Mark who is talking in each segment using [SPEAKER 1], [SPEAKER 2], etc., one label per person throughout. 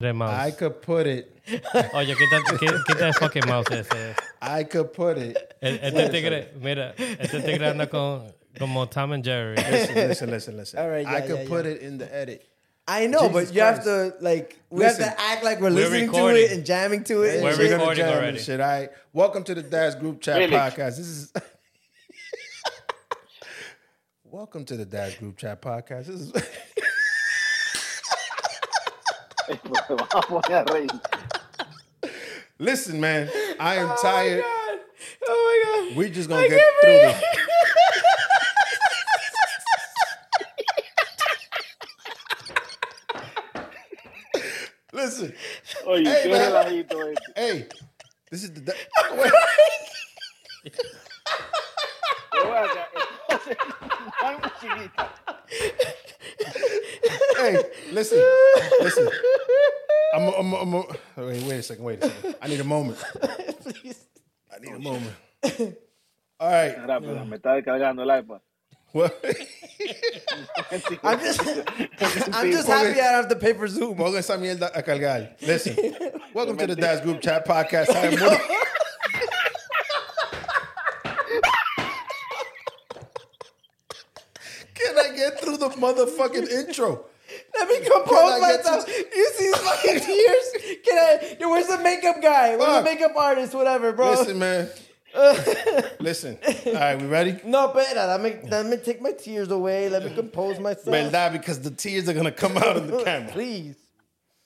[SPEAKER 1] Tres mouse.
[SPEAKER 2] I could put it.
[SPEAKER 1] Oye, quita, qui- quita el fucking mouse ese.
[SPEAKER 2] I could put it.
[SPEAKER 1] El- Este tigre, mira, este tigre anda con, como Tom and Jerry.
[SPEAKER 2] Listen, listen, listen, listen.
[SPEAKER 3] All right,
[SPEAKER 2] I
[SPEAKER 3] yeah,
[SPEAKER 2] could
[SPEAKER 3] yeah,
[SPEAKER 2] put it in the edit.
[SPEAKER 3] I know,
[SPEAKER 2] Jesus
[SPEAKER 3] but you have to like we have
[SPEAKER 2] Listen,
[SPEAKER 3] to act like we're,
[SPEAKER 1] we're
[SPEAKER 3] listening
[SPEAKER 1] recording.
[SPEAKER 3] to it and jamming to it. and
[SPEAKER 1] We're
[SPEAKER 3] shit.
[SPEAKER 2] gonna
[SPEAKER 1] recording
[SPEAKER 2] jam and
[SPEAKER 1] already.
[SPEAKER 2] Shit, all right. Welcome to the Dash Group Chat
[SPEAKER 4] Really?
[SPEAKER 2] Podcast. This is. Welcome to the Dash Group Chat Podcast. This is.
[SPEAKER 4] Vamos a reír.
[SPEAKER 2] Listen, man, I am tired.
[SPEAKER 3] Oh my god.
[SPEAKER 2] We're just gonna get through this. Listen,
[SPEAKER 4] Oye,
[SPEAKER 2] Hey,
[SPEAKER 4] qué
[SPEAKER 2] man.
[SPEAKER 4] relajito este.
[SPEAKER 2] hey, this is the. Da-
[SPEAKER 4] Pero ven acá, entonces, la musiquita.
[SPEAKER 2] hey, listen, listen. I'm, a, I'm, a, I'm a, wait, wait a second, wait a second. I need a moment. I need a moment. All right.
[SPEAKER 4] Rápido, me está descargando el iPad.
[SPEAKER 2] Well,
[SPEAKER 3] I'm just I'm just happy I don't have to pay for Zoom.
[SPEAKER 2] pongan esa mierda a cargar. Listen, welcome to the Dash Group Chat Podcast. I am one. Can I get through the motherfucking intro?
[SPEAKER 3] Let me compose
[SPEAKER 2] Can I get
[SPEAKER 3] myself.
[SPEAKER 2] to-
[SPEAKER 3] You see his fucking tears? Can I? Yo, where's the makeup guy? Where's
[SPEAKER 2] Fuck.
[SPEAKER 3] the makeup artist? Whatever, bro.
[SPEAKER 2] Listen, man. Listen. All right, we ready?
[SPEAKER 3] No, but let me let me take my tears away. Let me compose myself.
[SPEAKER 2] Verdad, because the tears are gonna come out of the camera.
[SPEAKER 3] Please.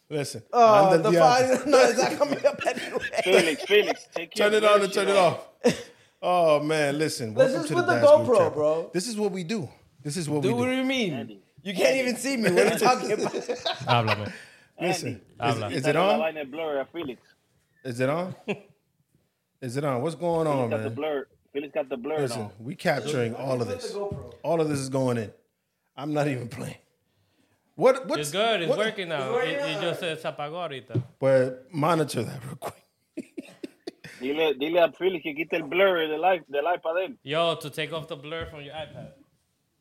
[SPEAKER 2] Listen.
[SPEAKER 3] Oh,
[SPEAKER 2] Anda
[SPEAKER 3] the
[SPEAKER 2] diablo.
[SPEAKER 3] fire. No, it's not coming up anyway.
[SPEAKER 4] Felix, Felix, take
[SPEAKER 2] Turn
[SPEAKER 4] your
[SPEAKER 2] it on and
[SPEAKER 4] bullshit
[SPEAKER 2] turn it off. Oh man, listen.
[SPEAKER 3] Let's
[SPEAKER 2] welcome
[SPEAKER 3] just
[SPEAKER 2] to
[SPEAKER 3] put the
[SPEAKER 2] Dash Group
[SPEAKER 3] GoPro,
[SPEAKER 2] Chat.
[SPEAKER 3] bro.
[SPEAKER 2] This is what we do. This is what
[SPEAKER 3] Dude,
[SPEAKER 2] we
[SPEAKER 3] what do
[SPEAKER 2] do.
[SPEAKER 3] you mean?
[SPEAKER 4] Andy.
[SPEAKER 3] You can't even see me. What are you talking about?
[SPEAKER 1] Háblame.
[SPEAKER 2] Listen. Is,
[SPEAKER 1] Habla.
[SPEAKER 2] is
[SPEAKER 4] Dale
[SPEAKER 2] it
[SPEAKER 4] La
[SPEAKER 2] on?
[SPEAKER 4] vaina de blur eh, a Felix.
[SPEAKER 2] Is it on? Is it on? What's going on,
[SPEAKER 4] Got the
[SPEAKER 2] man?
[SPEAKER 4] blur. Felix got the blur
[SPEAKER 2] Listen,
[SPEAKER 4] on.
[SPEAKER 2] we capturing all of this. All of this is going in. I'm not even playing. What? What's
[SPEAKER 1] It's good, it's
[SPEAKER 2] what-
[SPEAKER 1] working now. Y, y yo eh, se desapagó ahorita.
[SPEAKER 2] Well, monitor that real quick.
[SPEAKER 4] Dile, dile a Felix que quite el blur del, i- del iPad de él.
[SPEAKER 1] Yo, to take off the blur from your iPad.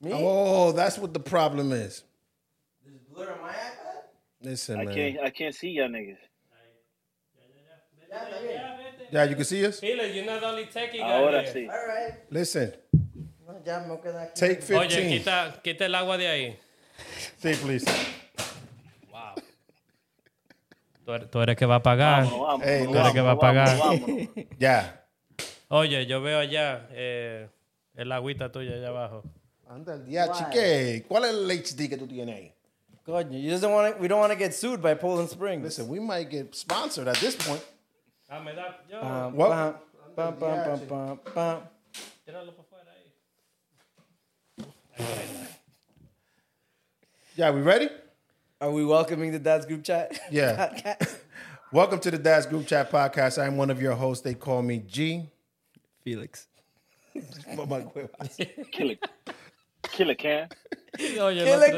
[SPEAKER 2] Oh, that's what the problem is.
[SPEAKER 3] Blur on my iPad?
[SPEAKER 2] Listen,
[SPEAKER 4] I
[SPEAKER 2] man.
[SPEAKER 4] can't, I can't see ya niggas.
[SPEAKER 2] Yeah, you can see us.
[SPEAKER 1] Felix, you're not the only techie guy
[SPEAKER 4] Ahora
[SPEAKER 1] here.
[SPEAKER 4] sí.
[SPEAKER 3] All right.
[SPEAKER 2] Listen,
[SPEAKER 3] No, ya me voy a quedar aquí.
[SPEAKER 2] take
[SPEAKER 1] Oye,
[SPEAKER 2] 15.
[SPEAKER 1] quita, quita el agua de ahí.
[SPEAKER 2] Say please.
[SPEAKER 1] Wow. Tú eres, tú eres que va a pagar.
[SPEAKER 4] Vámonos, vámonos,
[SPEAKER 2] Ah, Hey,
[SPEAKER 4] vámonos,
[SPEAKER 2] tú eres
[SPEAKER 1] que va a pagar.
[SPEAKER 4] vámonos, vámonos.
[SPEAKER 2] Yeah.
[SPEAKER 1] Oye, yo veo allá eh, el agüita tuya allá abajo.
[SPEAKER 2] Anda el diache, ¿qué? ¿Cuál es el HD que tú tienes ahí?
[SPEAKER 3] Coño, you doesn't want to, we don't want to get sued by Poland Springs.
[SPEAKER 2] Listen, we might get sponsored at this point.
[SPEAKER 1] Ah, me da. Yo,
[SPEAKER 3] Bum,
[SPEAKER 2] What?
[SPEAKER 3] bum, bum, bum, bum, bum, bum.
[SPEAKER 1] tíralo por fuera ahí.
[SPEAKER 2] Yeah, we ready?
[SPEAKER 3] Are we welcoming the dad's group chat?
[SPEAKER 2] Yeah.
[SPEAKER 3] Podcast?
[SPEAKER 2] Welcome to the Dash Group Chat Podcast. I'm one of your hosts. They call me G.
[SPEAKER 3] Felix.
[SPEAKER 4] Kill it. Kill it, can.
[SPEAKER 1] Oye, el
[SPEAKER 3] Killer
[SPEAKER 1] otro-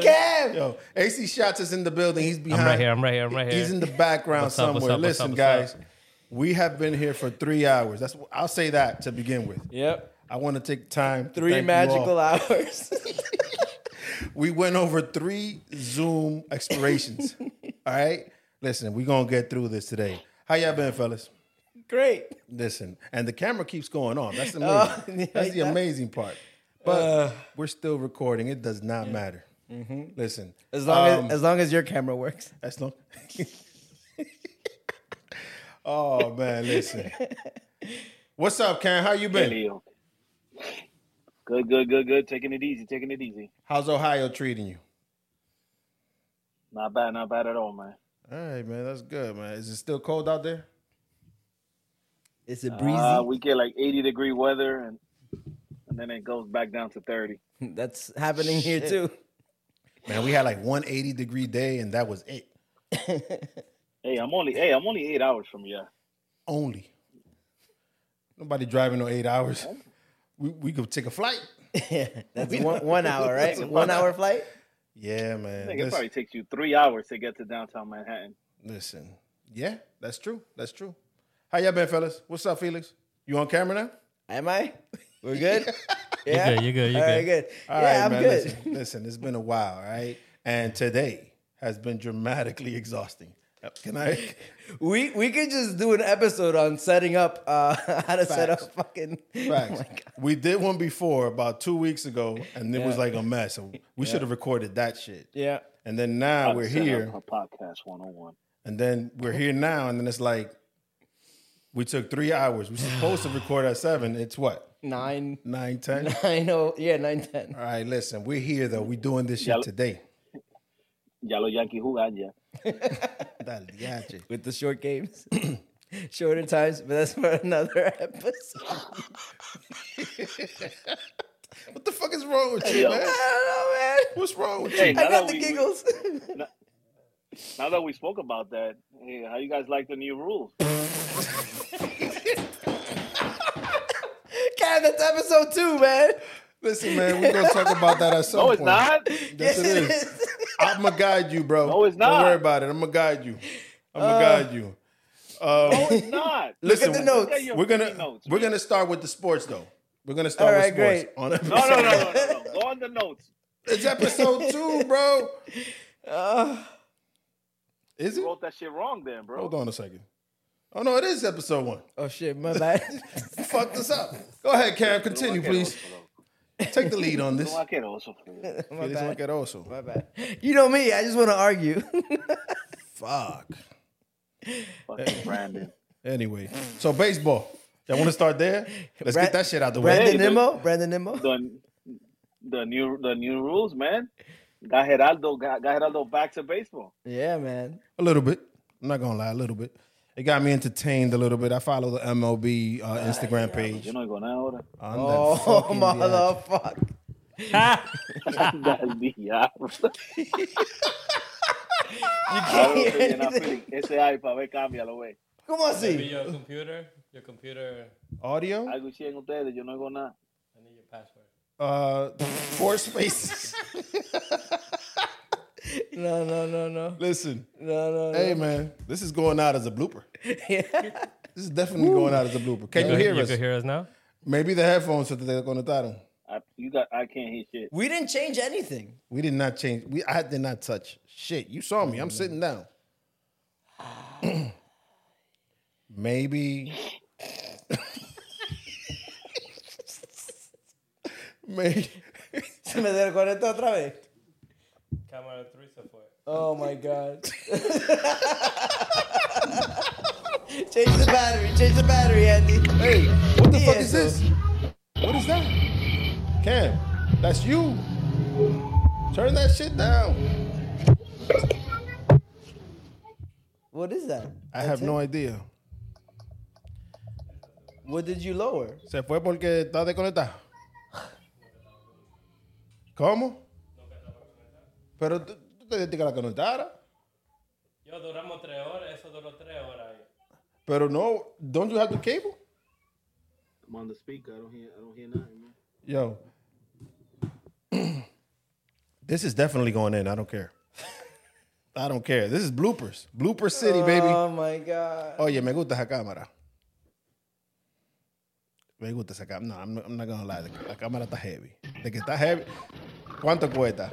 [SPEAKER 3] Cam!
[SPEAKER 2] Yo, AC Shots is in the building. He's behind.
[SPEAKER 1] I'm right here, I'm right here, I'm right here.
[SPEAKER 2] He's in the background
[SPEAKER 1] What's up, what's
[SPEAKER 2] somewhere.
[SPEAKER 1] up, what's
[SPEAKER 2] Listen,
[SPEAKER 1] up, what's
[SPEAKER 2] guys, we have been here for three hours. That's I'll say that to begin with.
[SPEAKER 3] Yep.
[SPEAKER 2] I want to take time. to
[SPEAKER 3] Three
[SPEAKER 2] thank you all.
[SPEAKER 3] magical hours.
[SPEAKER 2] We went over three Zoom expirations. all right, listen, we're gonna get through this today. How y'all been, fellas?
[SPEAKER 3] Great.
[SPEAKER 2] Listen, and the camera keeps going on. That's amazing.
[SPEAKER 3] Oh, yeah,
[SPEAKER 2] That's the
[SPEAKER 3] yeah.
[SPEAKER 2] amazing part. But we're still recording. It does not matter. Listen,
[SPEAKER 3] As long
[SPEAKER 2] um,
[SPEAKER 3] as as long as your camera works.
[SPEAKER 2] That's long. oh man, listen. What's up, Cam? How you
[SPEAKER 4] Qué
[SPEAKER 2] been?
[SPEAKER 4] lío. Good, good, good, good. Taking it easy, taking it easy.
[SPEAKER 2] How's Ohio treating you?
[SPEAKER 4] Not bad, not bad at all, man.
[SPEAKER 2] All right, man. That's good, man. Is it still cold out there?
[SPEAKER 3] Is it
[SPEAKER 4] Uh,
[SPEAKER 3] breezy?
[SPEAKER 4] we get like 80 degree weather and and then it goes back down to 30.
[SPEAKER 3] That's happening here too.
[SPEAKER 2] Man, we had like 180 degree day, and that was it.
[SPEAKER 4] Hey, I'm only hey, I'm only 8 hours from you.
[SPEAKER 2] Only. Nobody driving no eight hours. We we could take a flight.
[SPEAKER 3] That's one, one hour, right? One hour flight?
[SPEAKER 2] Yeah,
[SPEAKER 4] I
[SPEAKER 2] man.
[SPEAKER 4] think it
[SPEAKER 2] Listen,
[SPEAKER 4] probably takes you 3 hours to get to downtown Manhattan.
[SPEAKER 2] listen. Yeah, that's true. That's true. How y'all been, fellas? What's up, Felix? You on camera now?
[SPEAKER 3] Am I? We're good?
[SPEAKER 1] You're good, you're good, you're
[SPEAKER 3] All right,
[SPEAKER 1] good.
[SPEAKER 3] good.
[SPEAKER 2] All
[SPEAKER 3] yeah,
[SPEAKER 2] right,
[SPEAKER 3] I'm
[SPEAKER 2] man.
[SPEAKER 3] good.
[SPEAKER 2] Listen, listen, it's been a while, all right? And today has been dramatically exhausting. Can I?
[SPEAKER 3] We we could just do an episode on setting up uh how to set up
[SPEAKER 2] Facts.
[SPEAKER 3] fucking
[SPEAKER 2] Facts.
[SPEAKER 3] Oh my God.
[SPEAKER 2] we did one before about two weeks ago, and it was like a mess. So we should have recorded that shit.
[SPEAKER 3] Yeah.
[SPEAKER 2] And then now we're here,
[SPEAKER 4] Podcast 101.
[SPEAKER 2] and then we're here now, and then it's like we took three hours. We're supposed to record at seven. It's what
[SPEAKER 3] Nine
[SPEAKER 2] nine ten. All
[SPEAKER 3] nine oh yeah, nine ten.
[SPEAKER 2] right, listen, we're here though. We're doing this shit
[SPEAKER 4] Yep.
[SPEAKER 2] today.
[SPEAKER 4] Ya los Yankees jugan ya.
[SPEAKER 2] Dale, yache.
[SPEAKER 3] With the short games. Shorter times, but that's for another episode.
[SPEAKER 2] What the fuck is wrong with
[SPEAKER 4] Hey,
[SPEAKER 2] you,
[SPEAKER 4] yo.
[SPEAKER 2] man?
[SPEAKER 3] I don't know, man.
[SPEAKER 2] What's wrong with
[SPEAKER 4] Hey,
[SPEAKER 2] you?
[SPEAKER 4] now
[SPEAKER 3] I got
[SPEAKER 4] that
[SPEAKER 3] the
[SPEAKER 4] we-
[SPEAKER 3] giggles.
[SPEAKER 4] Now that we spoke about that, hey, how you guys like the new rules?
[SPEAKER 3] Cam, that's episode two, man.
[SPEAKER 2] Listen, man, we're gonna talk about that at some
[SPEAKER 4] No,
[SPEAKER 2] point.
[SPEAKER 4] it's not.
[SPEAKER 2] Yes, it is. I'm gonna guide you, bro.
[SPEAKER 4] No, it's
[SPEAKER 2] Don't
[SPEAKER 4] not.
[SPEAKER 2] worry about it. I'm gonna guide you. I'm
[SPEAKER 3] Uh,
[SPEAKER 2] gonna guide you.
[SPEAKER 4] No, it's not.
[SPEAKER 3] Look
[SPEAKER 2] Listen,
[SPEAKER 3] at the
[SPEAKER 4] Look
[SPEAKER 3] notes.
[SPEAKER 4] at your
[SPEAKER 2] We're gonna
[SPEAKER 4] freaking notes,
[SPEAKER 2] we're
[SPEAKER 4] man.
[SPEAKER 2] gonna start with the sports though. We're gonna start
[SPEAKER 3] All
[SPEAKER 2] with
[SPEAKER 3] right,
[SPEAKER 2] sports.
[SPEAKER 3] great.
[SPEAKER 2] On episode,
[SPEAKER 4] No, no, no, no, no, no. Go on the notes.
[SPEAKER 2] It's episode two, bro.
[SPEAKER 3] Uh,
[SPEAKER 2] Is it?
[SPEAKER 4] You wrote that shit wrong, then, bro.
[SPEAKER 2] Hold on a second. Oh no, it is episode one.
[SPEAKER 3] oh shit, my bad.
[SPEAKER 2] You fucked us up. Go ahead, Cam. Continue, please. Take the lead on this.
[SPEAKER 4] No, I get also. please.
[SPEAKER 3] my bad.
[SPEAKER 2] also.
[SPEAKER 3] My bad. You know me, I just want to argue.
[SPEAKER 2] Fuck.
[SPEAKER 4] Fucking Brandon.
[SPEAKER 2] Anyway, so baseball. Y'all want to start there? Let's
[SPEAKER 3] Brad-
[SPEAKER 2] get that shit out the way.
[SPEAKER 3] Brandon
[SPEAKER 4] Hey, dude.
[SPEAKER 3] Nimmo, Brandon Nimmo.
[SPEAKER 4] The, the new the new rules, man. Got Geraldo, got, got Geraldo back to baseball.
[SPEAKER 3] Yeah, man.
[SPEAKER 2] A little bit. I'm not gonna lie, a little bit. It got me entertained a little bit. I follow the MLB uh, Instagram page.
[SPEAKER 4] Yo no digo nada ahora.
[SPEAKER 2] I'm the
[SPEAKER 3] Oh,
[SPEAKER 2] fucking biatch.
[SPEAKER 3] motherfucker. You
[SPEAKER 4] Al diablo. Ahora
[SPEAKER 3] can't
[SPEAKER 4] lo
[SPEAKER 3] hear
[SPEAKER 4] estoy llenando,
[SPEAKER 3] anything.
[SPEAKER 4] Félix. Ese iPad, ve, cámbialo, ve.
[SPEAKER 3] Come on, see.
[SPEAKER 1] your computer, your computer,
[SPEAKER 2] Audio.
[SPEAKER 4] Algo hicieron ustedes, yo no digo nada.
[SPEAKER 1] I need your password.
[SPEAKER 2] uh four spaces.
[SPEAKER 3] No, no, no, no.
[SPEAKER 2] Listen,
[SPEAKER 3] No, no, no.
[SPEAKER 2] hey man, this is going out as a blooper.
[SPEAKER 3] Yeah.
[SPEAKER 2] This is definitely going out as a blooper. Can you
[SPEAKER 1] You,
[SPEAKER 2] hear
[SPEAKER 1] you
[SPEAKER 2] us?
[SPEAKER 1] could hear us now?
[SPEAKER 2] Maybe the headphones that they're going to title.
[SPEAKER 4] I, you got, I can't hear shit.
[SPEAKER 3] We didn't change anything.
[SPEAKER 2] We did not change. We I did not touch shit. You saw me. I'm sitting down. Maybe. Maybe.
[SPEAKER 3] Se me desconectó otra vez.
[SPEAKER 1] Camera 3 support.
[SPEAKER 3] Oh my god. change the battery. Change the battery, Andy.
[SPEAKER 2] Hey, what the fuck
[SPEAKER 3] Yeah,
[SPEAKER 2] is
[SPEAKER 3] so-
[SPEAKER 2] this? What is that? Cam, that's you. Turn that shit down.
[SPEAKER 3] What is that?
[SPEAKER 2] I have no idea.
[SPEAKER 3] What did you lower?
[SPEAKER 2] Se fue porque está desconectado. ¿Cómo? Pero tú, tú te dijiste que la conectara.
[SPEAKER 1] Yo duramos 3 horas, eso duró 3 horas.
[SPEAKER 2] Pero no, don't you have the cable?
[SPEAKER 4] I'm on the speaker. I don't hear, I don't hear nothing, man.
[SPEAKER 2] Yo. this is definitely going in. I don't care. I don't care. This is bloopers. Blooper City, baby.
[SPEAKER 3] Oh my god.
[SPEAKER 2] Oye, me gusta esa cámara. Me gusta esa cámara. No, I'm not, I'm not gonna lie. La cámara está heavy. De que está heavy. ¿Cuánto cuesta?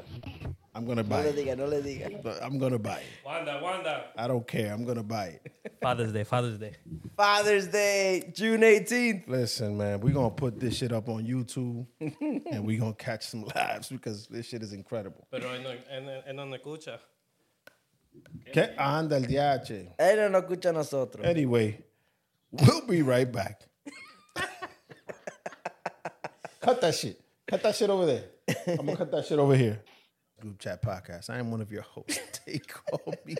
[SPEAKER 2] I'm gonna
[SPEAKER 3] No
[SPEAKER 2] buy
[SPEAKER 3] le
[SPEAKER 2] it.
[SPEAKER 3] diga, no le diga.
[SPEAKER 2] I'm gonna buy it.
[SPEAKER 1] Wanda, Wanda.
[SPEAKER 2] I don't care. I'm gonna buy it.
[SPEAKER 1] Father's Day, Father's Day.
[SPEAKER 3] Father's Day, June 18th.
[SPEAKER 2] Listen, man, we're gonna put this shit up on YouTube and we're gonna catch some lives because this shit is incredible.
[SPEAKER 1] Pero él no, él, él no me escucha.
[SPEAKER 2] ¿Qué? Ah, Anda el DH.
[SPEAKER 3] Él no nos escucha a nosotros.
[SPEAKER 2] Eh. Anyway, we'll be right back. cut that shit. Cut that shit over there. I'm gonna cut that shit over here. Group chat podcast. I am one of your hosts. They call me.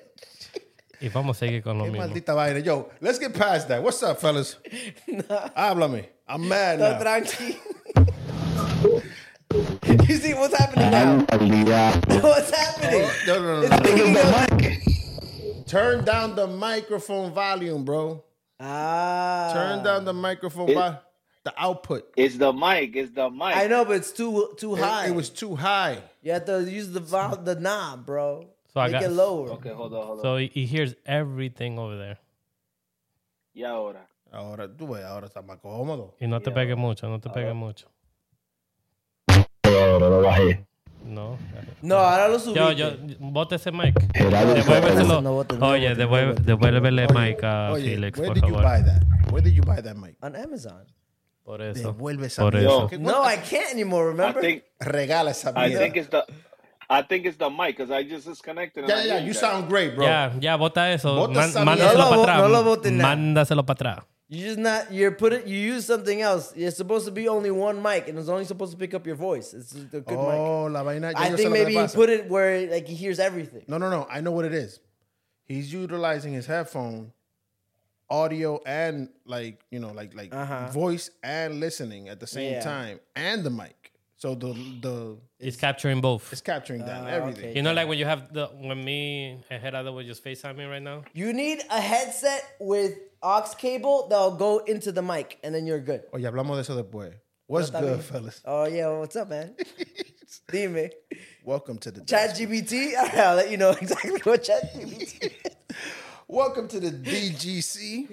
[SPEAKER 1] Y vamos a seguir con lo
[SPEAKER 2] Qué
[SPEAKER 1] mismo.
[SPEAKER 2] maldita vaina. Yo, let's get past that. What's up, fellas? Háblame. I'm mad
[SPEAKER 3] Todo
[SPEAKER 2] now.
[SPEAKER 3] tranqui. you see what's happening now? What's happening?
[SPEAKER 2] No, no, no,
[SPEAKER 3] It's
[SPEAKER 2] no, no.
[SPEAKER 3] picking up.
[SPEAKER 2] Turn down the microphone volume, bro.
[SPEAKER 3] Ah.
[SPEAKER 2] Turn down the microphone
[SPEAKER 4] It-
[SPEAKER 2] volume. The output.
[SPEAKER 4] It's the mic. It's the mic.
[SPEAKER 3] I know, but it's too too
[SPEAKER 2] It-
[SPEAKER 3] high.
[SPEAKER 2] it was too high.
[SPEAKER 3] you have to use the vol- the knob, bro.
[SPEAKER 1] So I
[SPEAKER 3] Make
[SPEAKER 1] got-
[SPEAKER 3] it lower.
[SPEAKER 4] Okay, hold on, hold on.
[SPEAKER 1] So he, he hears everything over there.
[SPEAKER 4] y ahora.
[SPEAKER 2] Ahora, tú ves, ahora está más cómodo.
[SPEAKER 1] Y no te pegues mucho, no te pegues mucho. No.
[SPEAKER 3] No, ahora lo subí.
[SPEAKER 1] Yo, yo, bote ese mic.
[SPEAKER 5] Gerardo,
[SPEAKER 1] Devuélveselo.
[SPEAKER 3] no botes, no
[SPEAKER 1] Oye,
[SPEAKER 3] botes,
[SPEAKER 1] devuelve- devuélvele mic a
[SPEAKER 2] Oye,
[SPEAKER 1] Felix,
[SPEAKER 2] where
[SPEAKER 1] por
[SPEAKER 2] did you
[SPEAKER 1] favor.
[SPEAKER 2] buy that? Where did you buy that mic?
[SPEAKER 3] On Amazon.
[SPEAKER 1] Por eso.
[SPEAKER 2] Devuelve esa
[SPEAKER 1] Por
[SPEAKER 2] mierda.
[SPEAKER 1] eso.
[SPEAKER 4] Yo.
[SPEAKER 3] No, I can't anymore,
[SPEAKER 4] I
[SPEAKER 3] remember?
[SPEAKER 4] think
[SPEAKER 2] Regala esa
[SPEAKER 4] I
[SPEAKER 2] mierda.
[SPEAKER 4] think it's the I think it's the mic because I just disconnected. and
[SPEAKER 2] Yeah,
[SPEAKER 4] I
[SPEAKER 2] yeah,
[SPEAKER 4] did
[SPEAKER 2] you
[SPEAKER 4] that.
[SPEAKER 2] sound great, bro.
[SPEAKER 1] Ya, ya, bota eso.
[SPEAKER 2] Bota
[SPEAKER 1] Man-
[SPEAKER 2] esa
[SPEAKER 1] mándaselo
[SPEAKER 3] mierda. No lo
[SPEAKER 1] para
[SPEAKER 3] bo-
[SPEAKER 1] atrás.
[SPEAKER 3] no lo boten nada.
[SPEAKER 1] mándaselo para atrás.
[SPEAKER 3] You just not you're put it you use something else. You're supposed to be only one mic and it's only supposed to pick up your voice. It's just a good mic.
[SPEAKER 2] Oh, la vaina. ya
[SPEAKER 3] I
[SPEAKER 2] yo sé
[SPEAKER 3] think
[SPEAKER 2] lo que
[SPEAKER 3] maybe
[SPEAKER 2] le
[SPEAKER 3] he
[SPEAKER 2] pasa.
[SPEAKER 3] put it where like he hears everything.
[SPEAKER 2] No, no, no. I know what it is. He's utilizing his headphone audio and like, you know, like like
[SPEAKER 3] Uh-huh.
[SPEAKER 2] voice and listening at the same
[SPEAKER 3] Yeah.
[SPEAKER 2] time and the mic. So the the
[SPEAKER 1] It's capturing both.
[SPEAKER 2] it's capturing that
[SPEAKER 3] Ah,
[SPEAKER 2] everything.
[SPEAKER 3] okay.
[SPEAKER 1] You know, like when you have the when me and Gerardo were just FaceTiming right now.
[SPEAKER 3] You need a headset with aux cable that'll go into the mic and then you're good.
[SPEAKER 2] Oye, hablamos de eso después. What's
[SPEAKER 3] Está bien.
[SPEAKER 2] good, fellas?
[SPEAKER 3] Oh yeah, well, what's up, man? Dime.
[SPEAKER 2] Welcome to the
[SPEAKER 3] Chat GBT? All right, I'll let you know exactly what Chat GBT
[SPEAKER 2] Welcome to the DGC.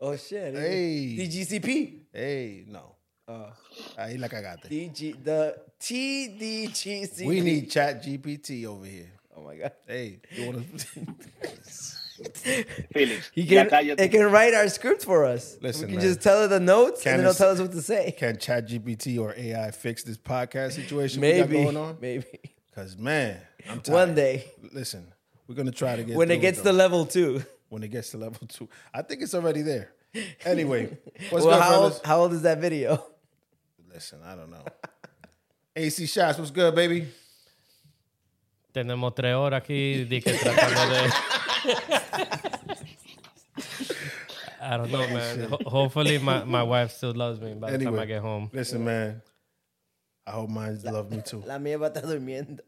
[SPEAKER 3] Oh shit.
[SPEAKER 2] Hey.
[SPEAKER 3] DGCP.
[SPEAKER 2] hey, no.
[SPEAKER 3] Uh,
[SPEAKER 2] Ahí la cagaste.
[SPEAKER 3] DG the TDGCP.
[SPEAKER 2] We need Chat GPT over here.
[SPEAKER 3] Oh my god.
[SPEAKER 2] Hey, you wanna
[SPEAKER 4] Felix.
[SPEAKER 3] He
[SPEAKER 4] ya
[SPEAKER 3] can,
[SPEAKER 4] cállate.
[SPEAKER 3] it can write our script for us.
[SPEAKER 2] Listen,
[SPEAKER 3] we can
[SPEAKER 2] man.
[SPEAKER 3] just tell her the notes
[SPEAKER 2] Can
[SPEAKER 3] and it'll
[SPEAKER 2] us-
[SPEAKER 3] tell us what to say.
[SPEAKER 2] can Chat GPT or AI fix this podcast situation we
[SPEAKER 3] Maybe,
[SPEAKER 2] got going on?
[SPEAKER 3] maybe
[SPEAKER 2] Cause man, I'm tired.
[SPEAKER 3] one day
[SPEAKER 2] Listen, we're gonna try to get
[SPEAKER 3] when
[SPEAKER 2] through
[SPEAKER 3] it gets to
[SPEAKER 2] though.
[SPEAKER 3] level two.
[SPEAKER 2] when it gets to level two. I think it's already there. Anyway, what's
[SPEAKER 3] well,
[SPEAKER 2] good,
[SPEAKER 3] how
[SPEAKER 2] fellas?
[SPEAKER 3] old, how old is that video?
[SPEAKER 2] Listen, I don't know. AC shots, what's good, baby?
[SPEAKER 1] Tenemos tres horas aquí de que tratando de. I don't know, man. Ho- hopefully, my, my wife still loves me by the time
[SPEAKER 2] Anyway.
[SPEAKER 1] I get home.
[SPEAKER 2] Listen, man. I hope mine love me too.
[SPEAKER 3] La mía va a estar durmiendo.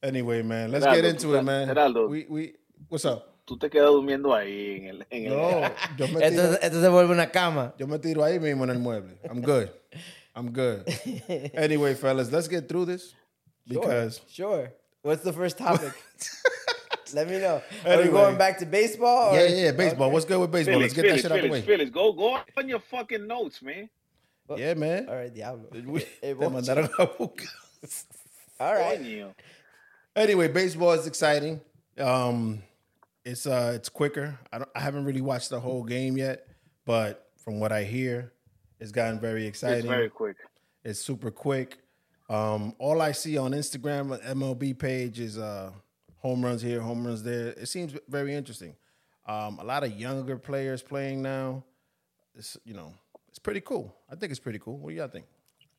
[SPEAKER 2] Anyway, man, let's
[SPEAKER 4] Geraldo,
[SPEAKER 2] get into it, man.
[SPEAKER 4] Geraldo.
[SPEAKER 2] We we what's up?
[SPEAKER 4] Tú te quedas durmiendo ahí en el. En el
[SPEAKER 2] No, yo me tiro,
[SPEAKER 3] Esto, esto se vuelve una cama.
[SPEAKER 2] yo me tiro ahí mismo en el mueble. I'm good. I'm good. Anyway, fellas, let's get through this because
[SPEAKER 3] Sure. What's the first topic? Let me know. Are we
[SPEAKER 2] Anyway.
[SPEAKER 3] going back to baseball? or-
[SPEAKER 2] yeah, yeah, yeah, baseball. What's good with baseball?
[SPEAKER 4] Felix,
[SPEAKER 2] let's get
[SPEAKER 4] Felix,
[SPEAKER 2] that shit out
[SPEAKER 4] Felix,
[SPEAKER 2] the way.
[SPEAKER 4] Felix, go, go on your fucking notes, man.
[SPEAKER 2] Yeah, man.
[SPEAKER 3] All right, Diablo.
[SPEAKER 2] We-
[SPEAKER 3] Eh,
[SPEAKER 2] te
[SPEAKER 3] vos-
[SPEAKER 2] mandaron a buscar.
[SPEAKER 3] All right.
[SPEAKER 4] Coño.
[SPEAKER 2] Anyway, baseball is exciting. Um, it's uh, it's quicker. I don't, I haven't really watched the whole game yet, but from what I hear, it's gotten very exciting.
[SPEAKER 4] It's very quick.
[SPEAKER 2] It's super quick. Um, all I see on Instagram MLB page is uh, home runs here, home runs there. It seems very interesting. Um, a lot of younger players playing now. It's you know, it's pretty cool. I think it's pretty cool. What do y'all think?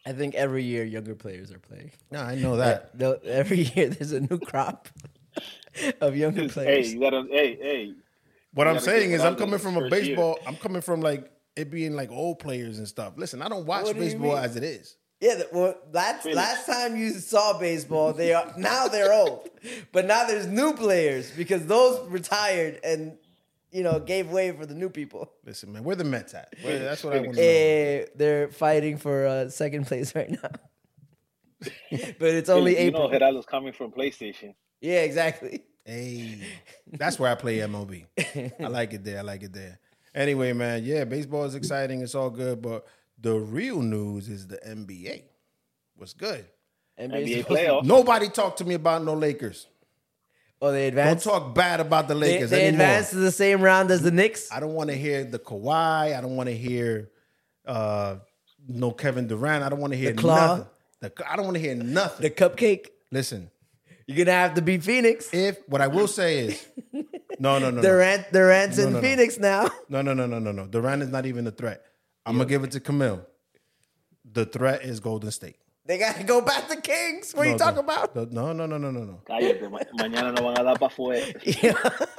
[SPEAKER 3] I think every year younger players are playing.
[SPEAKER 2] No, I know
[SPEAKER 3] Uh,
[SPEAKER 2] that.
[SPEAKER 3] They'll- Every year there's a new crop of younger
[SPEAKER 4] Hey,
[SPEAKER 3] players.
[SPEAKER 4] you gotta. Hey, hey.
[SPEAKER 2] What I'm
[SPEAKER 4] gotta
[SPEAKER 2] saying
[SPEAKER 4] get
[SPEAKER 2] is, I'm
[SPEAKER 4] Ronaldo
[SPEAKER 2] coming from a
[SPEAKER 4] first year.
[SPEAKER 2] baseball. I'm coming from like it being like old players and stuff. Listen, I don't watch
[SPEAKER 3] What do you
[SPEAKER 2] baseball
[SPEAKER 3] mean?
[SPEAKER 2] as it is.
[SPEAKER 3] Yeah, the- well, last
[SPEAKER 4] Really?
[SPEAKER 3] last time you saw baseball, they are now they're old, but now there's new players because those retired and you know gave way for the new people.
[SPEAKER 2] Listen, man, where the Mets at? Where- that's what I want to know.
[SPEAKER 3] Eh, they're fighting for uh, second place right now, but it's only
[SPEAKER 4] Only you know
[SPEAKER 3] April.
[SPEAKER 4] Geraldo's coming from PlayStation.
[SPEAKER 3] yeah, exactly.
[SPEAKER 2] Hey, that's where I play MLB. I like it there. I like it there. Anyway, man, yeah, baseball is exciting. It's all good, but the real news is the NBA. What's good?
[SPEAKER 4] NBA
[SPEAKER 3] NBA's
[SPEAKER 4] playoff.
[SPEAKER 2] Nobody talked to me about no Lakers.
[SPEAKER 3] Oh, they
[SPEAKER 2] Don't
[SPEAKER 3] advanced.
[SPEAKER 2] talk bad about the
[SPEAKER 3] They,
[SPEAKER 2] Lakers
[SPEAKER 3] they
[SPEAKER 2] anymore.
[SPEAKER 3] advanced to the same round as the Knicks.
[SPEAKER 2] I don't want to hear the Kawhi. I don't want to hear uh, no Kevin Durant. I don't want to hear
[SPEAKER 3] The Claw.
[SPEAKER 2] nothing. The- I don't want to hear nothing.
[SPEAKER 3] The cupcake.
[SPEAKER 2] Listen,
[SPEAKER 3] You're gonna have to beat Phoenix.
[SPEAKER 2] if what I will say is, no, no, no, no,
[SPEAKER 3] Durant, Durant's
[SPEAKER 2] No,
[SPEAKER 3] in
[SPEAKER 2] no, no.
[SPEAKER 3] Phoenix now.
[SPEAKER 2] no, no, no, no, no, no. Durant is not even a threat. I'm gonna give it to Camille. The threat is Golden State.
[SPEAKER 3] They gotta go back to Kings. What are
[SPEAKER 2] No,
[SPEAKER 3] you talking
[SPEAKER 2] the-
[SPEAKER 3] about?
[SPEAKER 2] the- no, no, no, no, no, no.
[SPEAKER 4] Cállate, ma- mañana no van a dar para afuera.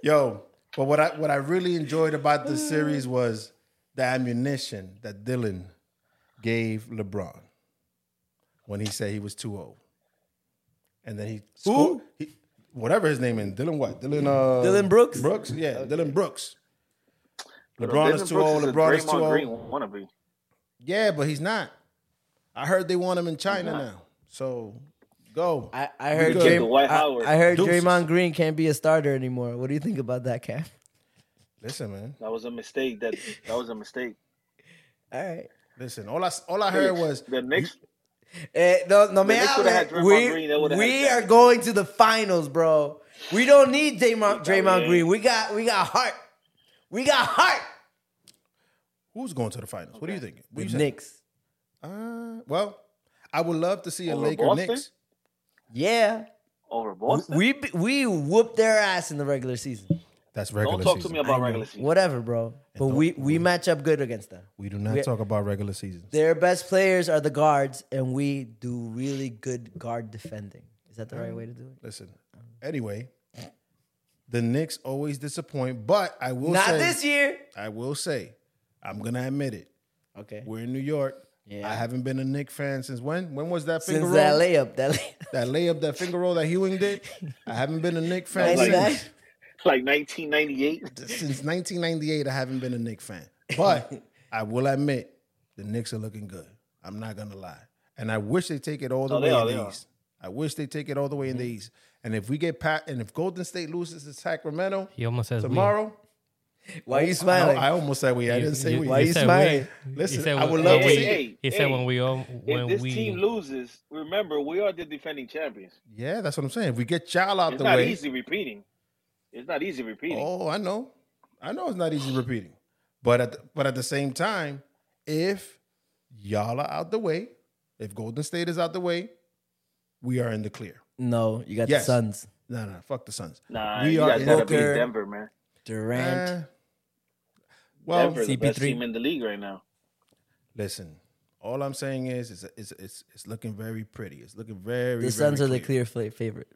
[SPEAKER 2] Yo, but what I what I really enjoyed about this series was the ammunition that Dylan gave LeBron when he said he was too old. And then he scored- he- whatever his name is, Dylan what? Dylan uh
[SPEAKER 3] Dylan Brooks?
[SPEAKER 2] Brooks, yeah, Dylan Brooks.
[SPEAKER 4] But
[SPEAKER 2] LeBron
[SPEAKER 4] Dylan
[SPEAKER 2] is too
[SPEAKER 4] Brooks
[SPEAKER 2] old,
[SPEAKER 4] a
[SPEAKER 2] LeBron is oh. too
[SPEAKER 4] Draymond
[SPEAKER 2] old.
[SPEAKER 4] Green wannabe.
[SPEAKER 2] Yeah, but he's not. I heard they want him in China now. So go.
[SPEAKER 3] I, I heard
[SPEAKER 2] Because
[SPEAKER 3] Dray-
[SPEAKER 2] of
[SPEAKER 4] Dwight
[SPEAKER 3] I-
[SPEAKER 4] Howard.
[SPEAKER 3] I, heard
[SPEAKER 2] Deuces.
[SPEAKER 3] Draymond Green can't be a starter anymore. What do you think about that, Cap?
[SPEAKER 2] Listen, man.
[SPEAKER 4] That was a mistake. That that was a mistake.
[SPEAKER 3] All right.
[SPEAKER 2] Listen. All I all I heard was
[SPEAKER 4] the Knicks.
[SPEAKER 3] Eh, no, no me
[SPEAKER 4] they coulda had
[SPEAKER 3] hables.
[SPEAKER 4] Draymond
[SPEAKER 3] We,
[SPEAKER 4] Green, they woulda had
[SPEAKER 3] we
[SPEAKER 4] that.
[SPEAKER 3] are going to the finals, bro. We don't need Draymond,
[SPEAKER 4] Yeah,
[SPEAKER 3] Draymond
[SPEAKER 4] yeah.
[SPEAKER 3] Green. We got we got heart. We got heart.
[SPEAKER 2] Who's going to the finals? What do you think? What
[SPEAKER 3] The
[SPEAKER 2] you say?
[SPEAKER 3] Knicks.
[SPEAKER 2] Uh, well, I would love to see a
[SPEAKER 4] Over
[SPEAKER 2] Laker
[SPEAKER 4] Boston?
[SPEAKER 2] Knicks.
[SPEAKER 3] Yeah.
[SPEAKER 4] Over Boston.
[SPEAKER 3] We be- we whooped their ass in the regular season.
[SPEAKER 2] That's
[SPEAKER 4] Don't
[SPEAKER 2] regular
[SPEAKER 4] talk
[SPEAKER 2] season.
[SPEAKER 4] to me about regular season.
[SPEAKER 3] Whatever, bro. But
[SPEAKER 2] don't-
[SPEAKER 3] we we match up good against them.
[SPEAKER 2] we do not
[SPEAKER 3] We-
[SPEAKER 2] talk about regular season.
[SPEAKER 3] Their best players are the guards, and we do really good guard defending. Is that the right way to do it?
[SPEAKER 2] Listen. Anyway, the Knicks always disappoint, but I will
[SPEAKER 3] Not
[SPEAKER 2] say
[SPEAKER 3] this year.
[SPEAKER 2] I will say, I'm gonna admit it.
[SPEAKER 3] Okay.
[SPEAKER 2] We're in New York.
[SPEAKER 3] Yeah.
[SPEAKER 2] I haven't been a Knicks fan since when? When was that finger
[SPEAKER 3] Since
[SPEAKER 2] roll?
[SPEAKER 3] that layup, that layup.
[SPEAKER 2] that layup, that finger roll that Hewing did? I haven't been a Knicks fan
[SPEAKER 4] Like-
[SPEAKER 2] since.
[SPEAKER 3] 99?
[SPEAKER 4] Like 1998.
[SPEAKER 2] since 1998, I haven't been a Knicks fan. But I will admit, the Knicks are looking good. I'm not gonna lie, and I wish they take it all the
[SPEAKER 4] Oh,
[SPEAKER 2] way
[SPEAKER 4] they are,
[SPEAKER 2] in
[SPEAKER 4] they
[SPEAKER 2] the
[SPEAKER 4] are.
[SPEAKER 2] East. I wish they take it all the way in the East. And if we get pat, and if Golden State loses to Sacramento
[SPEAKER 1] He almost says we.
[SPEAKER 2] tomorrow,
[SPEAKER 3] Why are you
[SPEAKER 2] I,
[SPEAKER 3] smiling?
[SPEAKER 2] I almost said we. I didn't say we.
[SPEAKER 3] Why you
[SPEAKER 1] said
[SPEAKER 3] smiling?
[SPEAKER 1] we.
[SPEAKER 2] Listen,
[SPEAKER 1] he said
[SPEAKER 2] I
[SPEAKER 1] when-
[SPEAKER 2] would love
[SPEAKER 1] when
[SPEAKER 2] to
[SPEAKER 1] we-
[SPEAKER 2] see
[SPEAKER 4] it.
[SPEAKER 1] He said
[SPEAKER 4] Hey,
[SPEAKER 1] when we all when
[SPEAKER 4] if this
[SPEAKER 1] we
[SPEAKER 4] team loses, remember we are the defending champions.
[SPEAKER 2] yeah, that's what I'm saying. If we get y'all out
[SPEAKER 4] It's
[SPEAKER 2] the
[SPEAKER 4] not
[SPEAKER 2] way,
[SPEAKER 4] easy repeating. It's not easy repeating.
[SPEAKER 2] Oh, I know. I know it's not easy repeating. But at the, but at the same time, if y'all are out the way, if Golden State is out the way, we are in the clear.
[SPEAKER 3] no, you got
[SPEAKER 2] Yes.
[SPEAKER 3] the Suns.
[SPEAKER 2] No, no, fuck the Suns.
[SPEAKER 4] Nah,
[SPEAKER 2] We
[SPEAKER 4] you
[SPEAKER 2] are
[SPEAKER 4] guys gotta beat
[SPEAKER 3] Booker.
[SPEAKER 4] Denver, man.
[SPEAKER 3] Durant.
[SPEAKER 2] Eh, well,
[SPEAKER 4] Denver, the best
[SPEAKER 3] CP3.
[SPEAKER 4] team in the league right now.
[SPEAKER 2] listen. All I'm saying is, it's it's it's, it's looking very pretty. It's looking very.
[SPEAKER 3] the
[SPEAKER 2] very
[SPEAKER 3] Suns are the clear fla- favorite.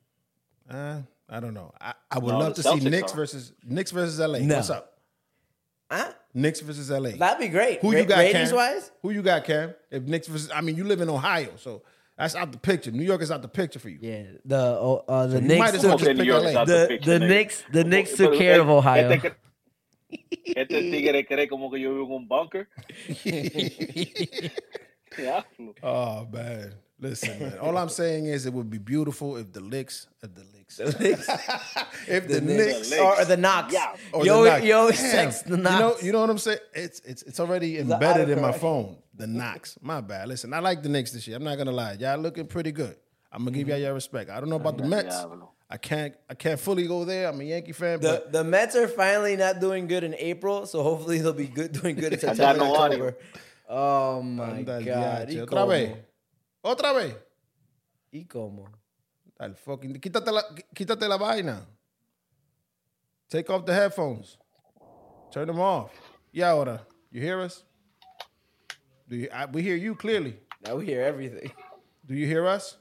[SPEAKER 2] Uh, I don't know. I, I would
[SPEAKER 4] No,
[SPEAKER 2] love to
[SPEAKER 4] the
[SPEAKER 2] see
[SPEAKER 4] Celtics
[SPEAKER 2] Knicks
[SPEAKER 4] are.
[SPEAKER 2] versus Knicks versus LA.
[SPEAKER 3] No.
[SPEAKER 2] What's up?
[SPEAKER 3] Huh?
[SPEAKER 2] Knicks versus LA.
[SPEAKER 3] That'd be great.
[SPEAKER 2] Who
[SPEAKER 3] Ra-
[SPEAKER 2] you got,
[SPEAKER 3] ratings
[SPEAKER 2] Cam?
[SPEAKER 3] wise?
[SPEAKER 2] Who you got, Cam? If Knicks versus, I mean, you live in Ohio, so that's out the picture. New York is out the picture for you.
[SPEAKER 3] Yeah. The oh, uh, the
[SPEAKER 2] might
[SPEAKER 3] Knicks
[SPEAKER 2] as well just
[SPEAKER 3] took
[SPEAKER 4] Okay,
[SPEAKER 2] pick
[SPEAKER 4] New York is
[SPEAKER 2] LA.
[SPEAKER 4] out
[SPEAKER 3] The-
[SPEAKER 4] picture,
[SPEAKER 3] the
[SPEAKER 4] nigga.
[SPEAKER 3] Knicks- the
[SPEAKER 4] But-
[SPEAKER 3] Knicks
[SPEAKER 4] but-
[SPEAKER 3] took
[SPEAKER 4] but-
[SPEAKER 3] care of Ohio.
[SPEAKER 4] Este, cre- este tigre cree como que yo vivo en un bunker. yeah.
[SPEAKER 2] Oh man, listen, man. All I'm saying is, it would be beautiful if the Licks, if the Licks, if the, Knicks,
[SPEAKER 4] Knicks.
[SPEAKER 3] or, or the Knox.
[SPEAKER 4] Yeah.
[SPEAKER 2] or
[SPEAKER 3] yo,
[SPEAKER 2] the Knicks.
[SPEAKER 3] yo,
[SPEAKER 2] Damn.
[SPEAKER 3] sex the
[SPEAKER 2] You
[SPEAKER 3] Knox.
[SPEAKER 2] know, you know what I'm saying? It's it's it's already embedded in my
[SPEAKER 3] autocorrect.
[SPEAKER 2] phone. The Knox. My bad. Listen, I like the Knicks this year. I'm not gonna lie. Y'all looking pretty good. I'm gonna give y'all your respect. I don't know about the Mets.
[SPEAKER 4] diablo.
[SPEAKER 2] Mm-hmm. I can't I can't fully go there. I'm a Yankee fan,
[SPEAKER 3] the
[SPEAKER 2] but
[SPEAKER 3] the Mets are finally not doing good in April, so hopefully they'll be good doing good in
[SPEAKER 4] got
[SPEAKER 3] September.
[SPEAKER 4] no
[SPEAKER 3] October. Oh my
[SPEAKER 2] Anda al
[SPEAKER 3] god.
[SPEAKER 2] diache.
[SPEAKER 3] Y
[SPEAKER 2] Otra vez.
[SPEAKER 3] como.
[SPEAKER 2] Otra vez.
[SPEAKER 3] Y como.
[SPEAKER 2] Al fucking, quítate la, quítate la vaina. Take off the headphones. Turn them off. Yeah, ahora. You hear us? Do you, I, we hear you clearly.
[SPEAKER 3] Now we hear everything.
[SPEAKER 2] Do you hear us?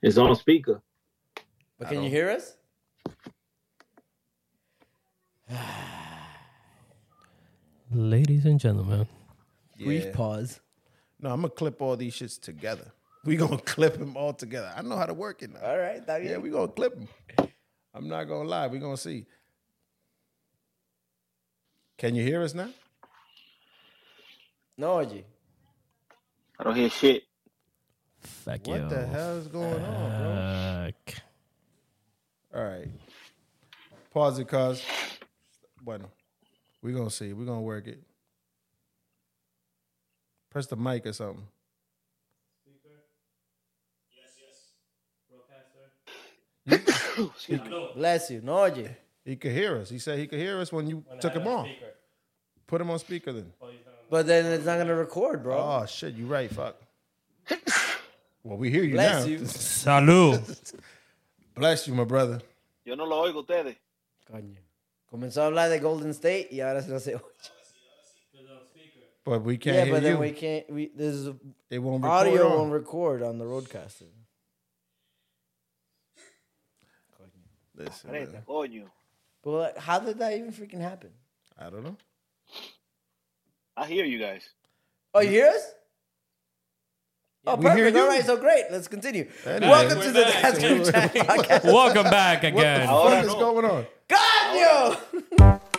[SPEAKER 4] It's on speaker.
[SPEAKER 3] But can you hear us?
[SPEAKER 1] ladies and gentlemen,
[SPEAKER 3] Brief pause.
[SPEAKER 2] No, I'm gonna clip all these shits together. We gonna clip them all together. I know how to work it now.
[SPEAKER 3] All right. That,
[SPEAKER 2] Yeah, we gonna clip them. I'm not gonna lie. We gonna see. Can you hear us now?
[SPEAKER 3] No, G.
[SPEAKER 4] I don't hear shit.
[SPEAKER 1] fuck
[SPEAKER 2] What
[SPEAKER 1] you.
[SPEAKER 2] the hell is going on, bro?
[SPEAKER 1] Fuck.
[SPEAKER 2] All right. Pause it, cuz. Bueno. We're going to see. We're going to work it. Press the mic or something.
[SPEAKER 3] Bless you. No, G.
[SPEAKER 2] He could hear us. He said he could hear us when you took him off. Put him on speaker then.
[SPEAKER 3] But then it's not gonna record, bro.
[SPEAKER 2] Oh, shit. You right. Fuck. Well, we hear you
[SPEAKER 3] Bless
[SPEAKER 2] now.
[SPEAKER 3] you.
[SPEAKER 1] Salud.
[SPEAKER 2] Bless you, my brother.
[SPEAKER 4] Yo no lo oigo a ustedes.
[SPEAKER 3] Coño. Comenzó a hablar de Golden State y ahora se lo hace.
[SPEAKER 2] But we can't
[SPEAKER 3] Yeah,
[SPEAKER 2] hear
[SPEAKER 3] but then
[SPEAKER 2] you.
[SPEAKER 3] we can't. We this is
[SPEAKER 2] it won't record
[SPEAKER 3] audio
[SPEAKER 2] on.
[SPEAKER 3] won't record on the roadcaster.
[SPEAKER 2] Listen,
[SPEAKER 4] Frente,
[SPEAKER 2] man,
[SPEAKER 4] coño.
[SPEAKER 3] But like, how did that even freaking happen?
[SPEAKER 2] I don't know.
[SPEAKER 4] I hear you guys.
[SPEAKER 3] Oh, you hear us? oh,
[SPEAKER 2] we hear
[SPEAKER 3] perfect. All
[SPEAKER 2] you.
[SPEAKER 3] right, so great. Let's continue.
[SPEAKER 2] Anyway.
[SPEAKER 3] Welcome
[SPEAKER 1] We're
[SPEAKER 3] to the
[SPEAKER 1] back.
[SPEAKER 3] That's Group Chat podcast.
[SPEAKER 1] Welcome back
[SPEAKER 2] What the
[SPEAKER 1] again.
[SPEAKER 4] Ahora
[SPEAKER 2] fuck is
[SPEAKER 4] no.
[SPEAKER 2] going on?
[SPEAKER 3] God, yo!